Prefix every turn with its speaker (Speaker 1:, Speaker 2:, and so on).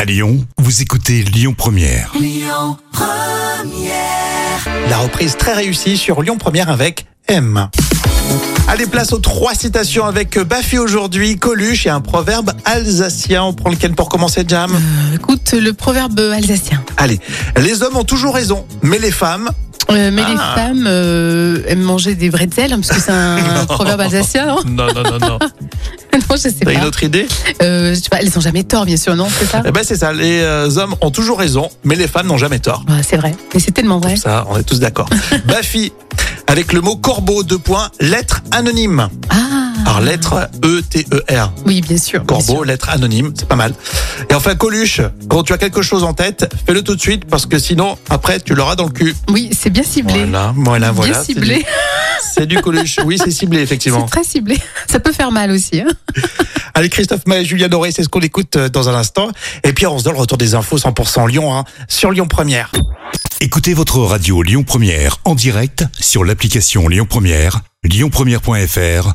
Speaker 1: À Lyon, vous écoutez Lyon Première.
Speaker 2: La reprise très réussie sur Lyon Première avec M. Allez, place aux trois citations avec Baffy aujourd'hui, Coluche et un proverbe alsacien. On prend lequel pour commencer, Jam
Speaker 3: Écoute, le proverbe alsacien.
Speaker 2: Allez, les hommes ont toujours raison, mais les femmes...
Speaker 3: Euh, mais les
Speaker 2: Ah.
Speaker 3: femmes euh, aiment manger des bretzels, hein, parce que c'est un proverbe alsacien, non
Speaker 2: Non, non, non, non.
Speaker 3: Non, je sais
Speaker 2: T'as une
Speaker 3: pas.
Speaker 2: autre idée
Speaker 3: Euh, je sais pas. Elles n'ont jamais tort, bien sûr, non C'est ça
Speaker 2: Eh ben c'est ça, les euh, hommes ont toujours raison, mais les femmes n'ont jamais tort.
Speaker 3: Ouais, Ah, C'est vrai. Mais c'est tellement vrai.
Speaker 2: Ça, on est tous d'accord. Baffy, avec le mot corbeau, deux points, lettre anonyme.
Speaker 3: Ah
Speaker 2: Alors, lettre E E-T-E-R.
Speaker 3: Oui, bien sûr. bien sûr.
Speaker 2: Corbeau, lettre anonyme, c'est pas mal. Et enfin, Coluche, quand tu as quelque chose en tête, fais-le tout de suite parce que sinon, après, tu l'auras dans le cul.
Speaker 3: Oui, c'est bien ciblé.
Speaker 2: Voilà, voilà, voilà.
Speaker 3: bien
Speaker 2: C'est
Speaker 3: ciblé.
Speaker 2: du- C'est du Coluche. Oui, c'est ciblé,
Speaker 3: C'est
Speaker 2: effectivement.
Speaker 3: très ciblé. Ça peut faire mal aussi. hein.
Speaker 2: Allez, Christophe Maé, Julien Doré, c'est ce qu'on écoute euh, dans un instant. Et puis, on se donne le retour des infos 100% Lyon, hein, sur Lyon Première.
Speaker 1: Écoutez votre radio Lyon Première en direct sur l'application Lyon Première, lyonpremière.fr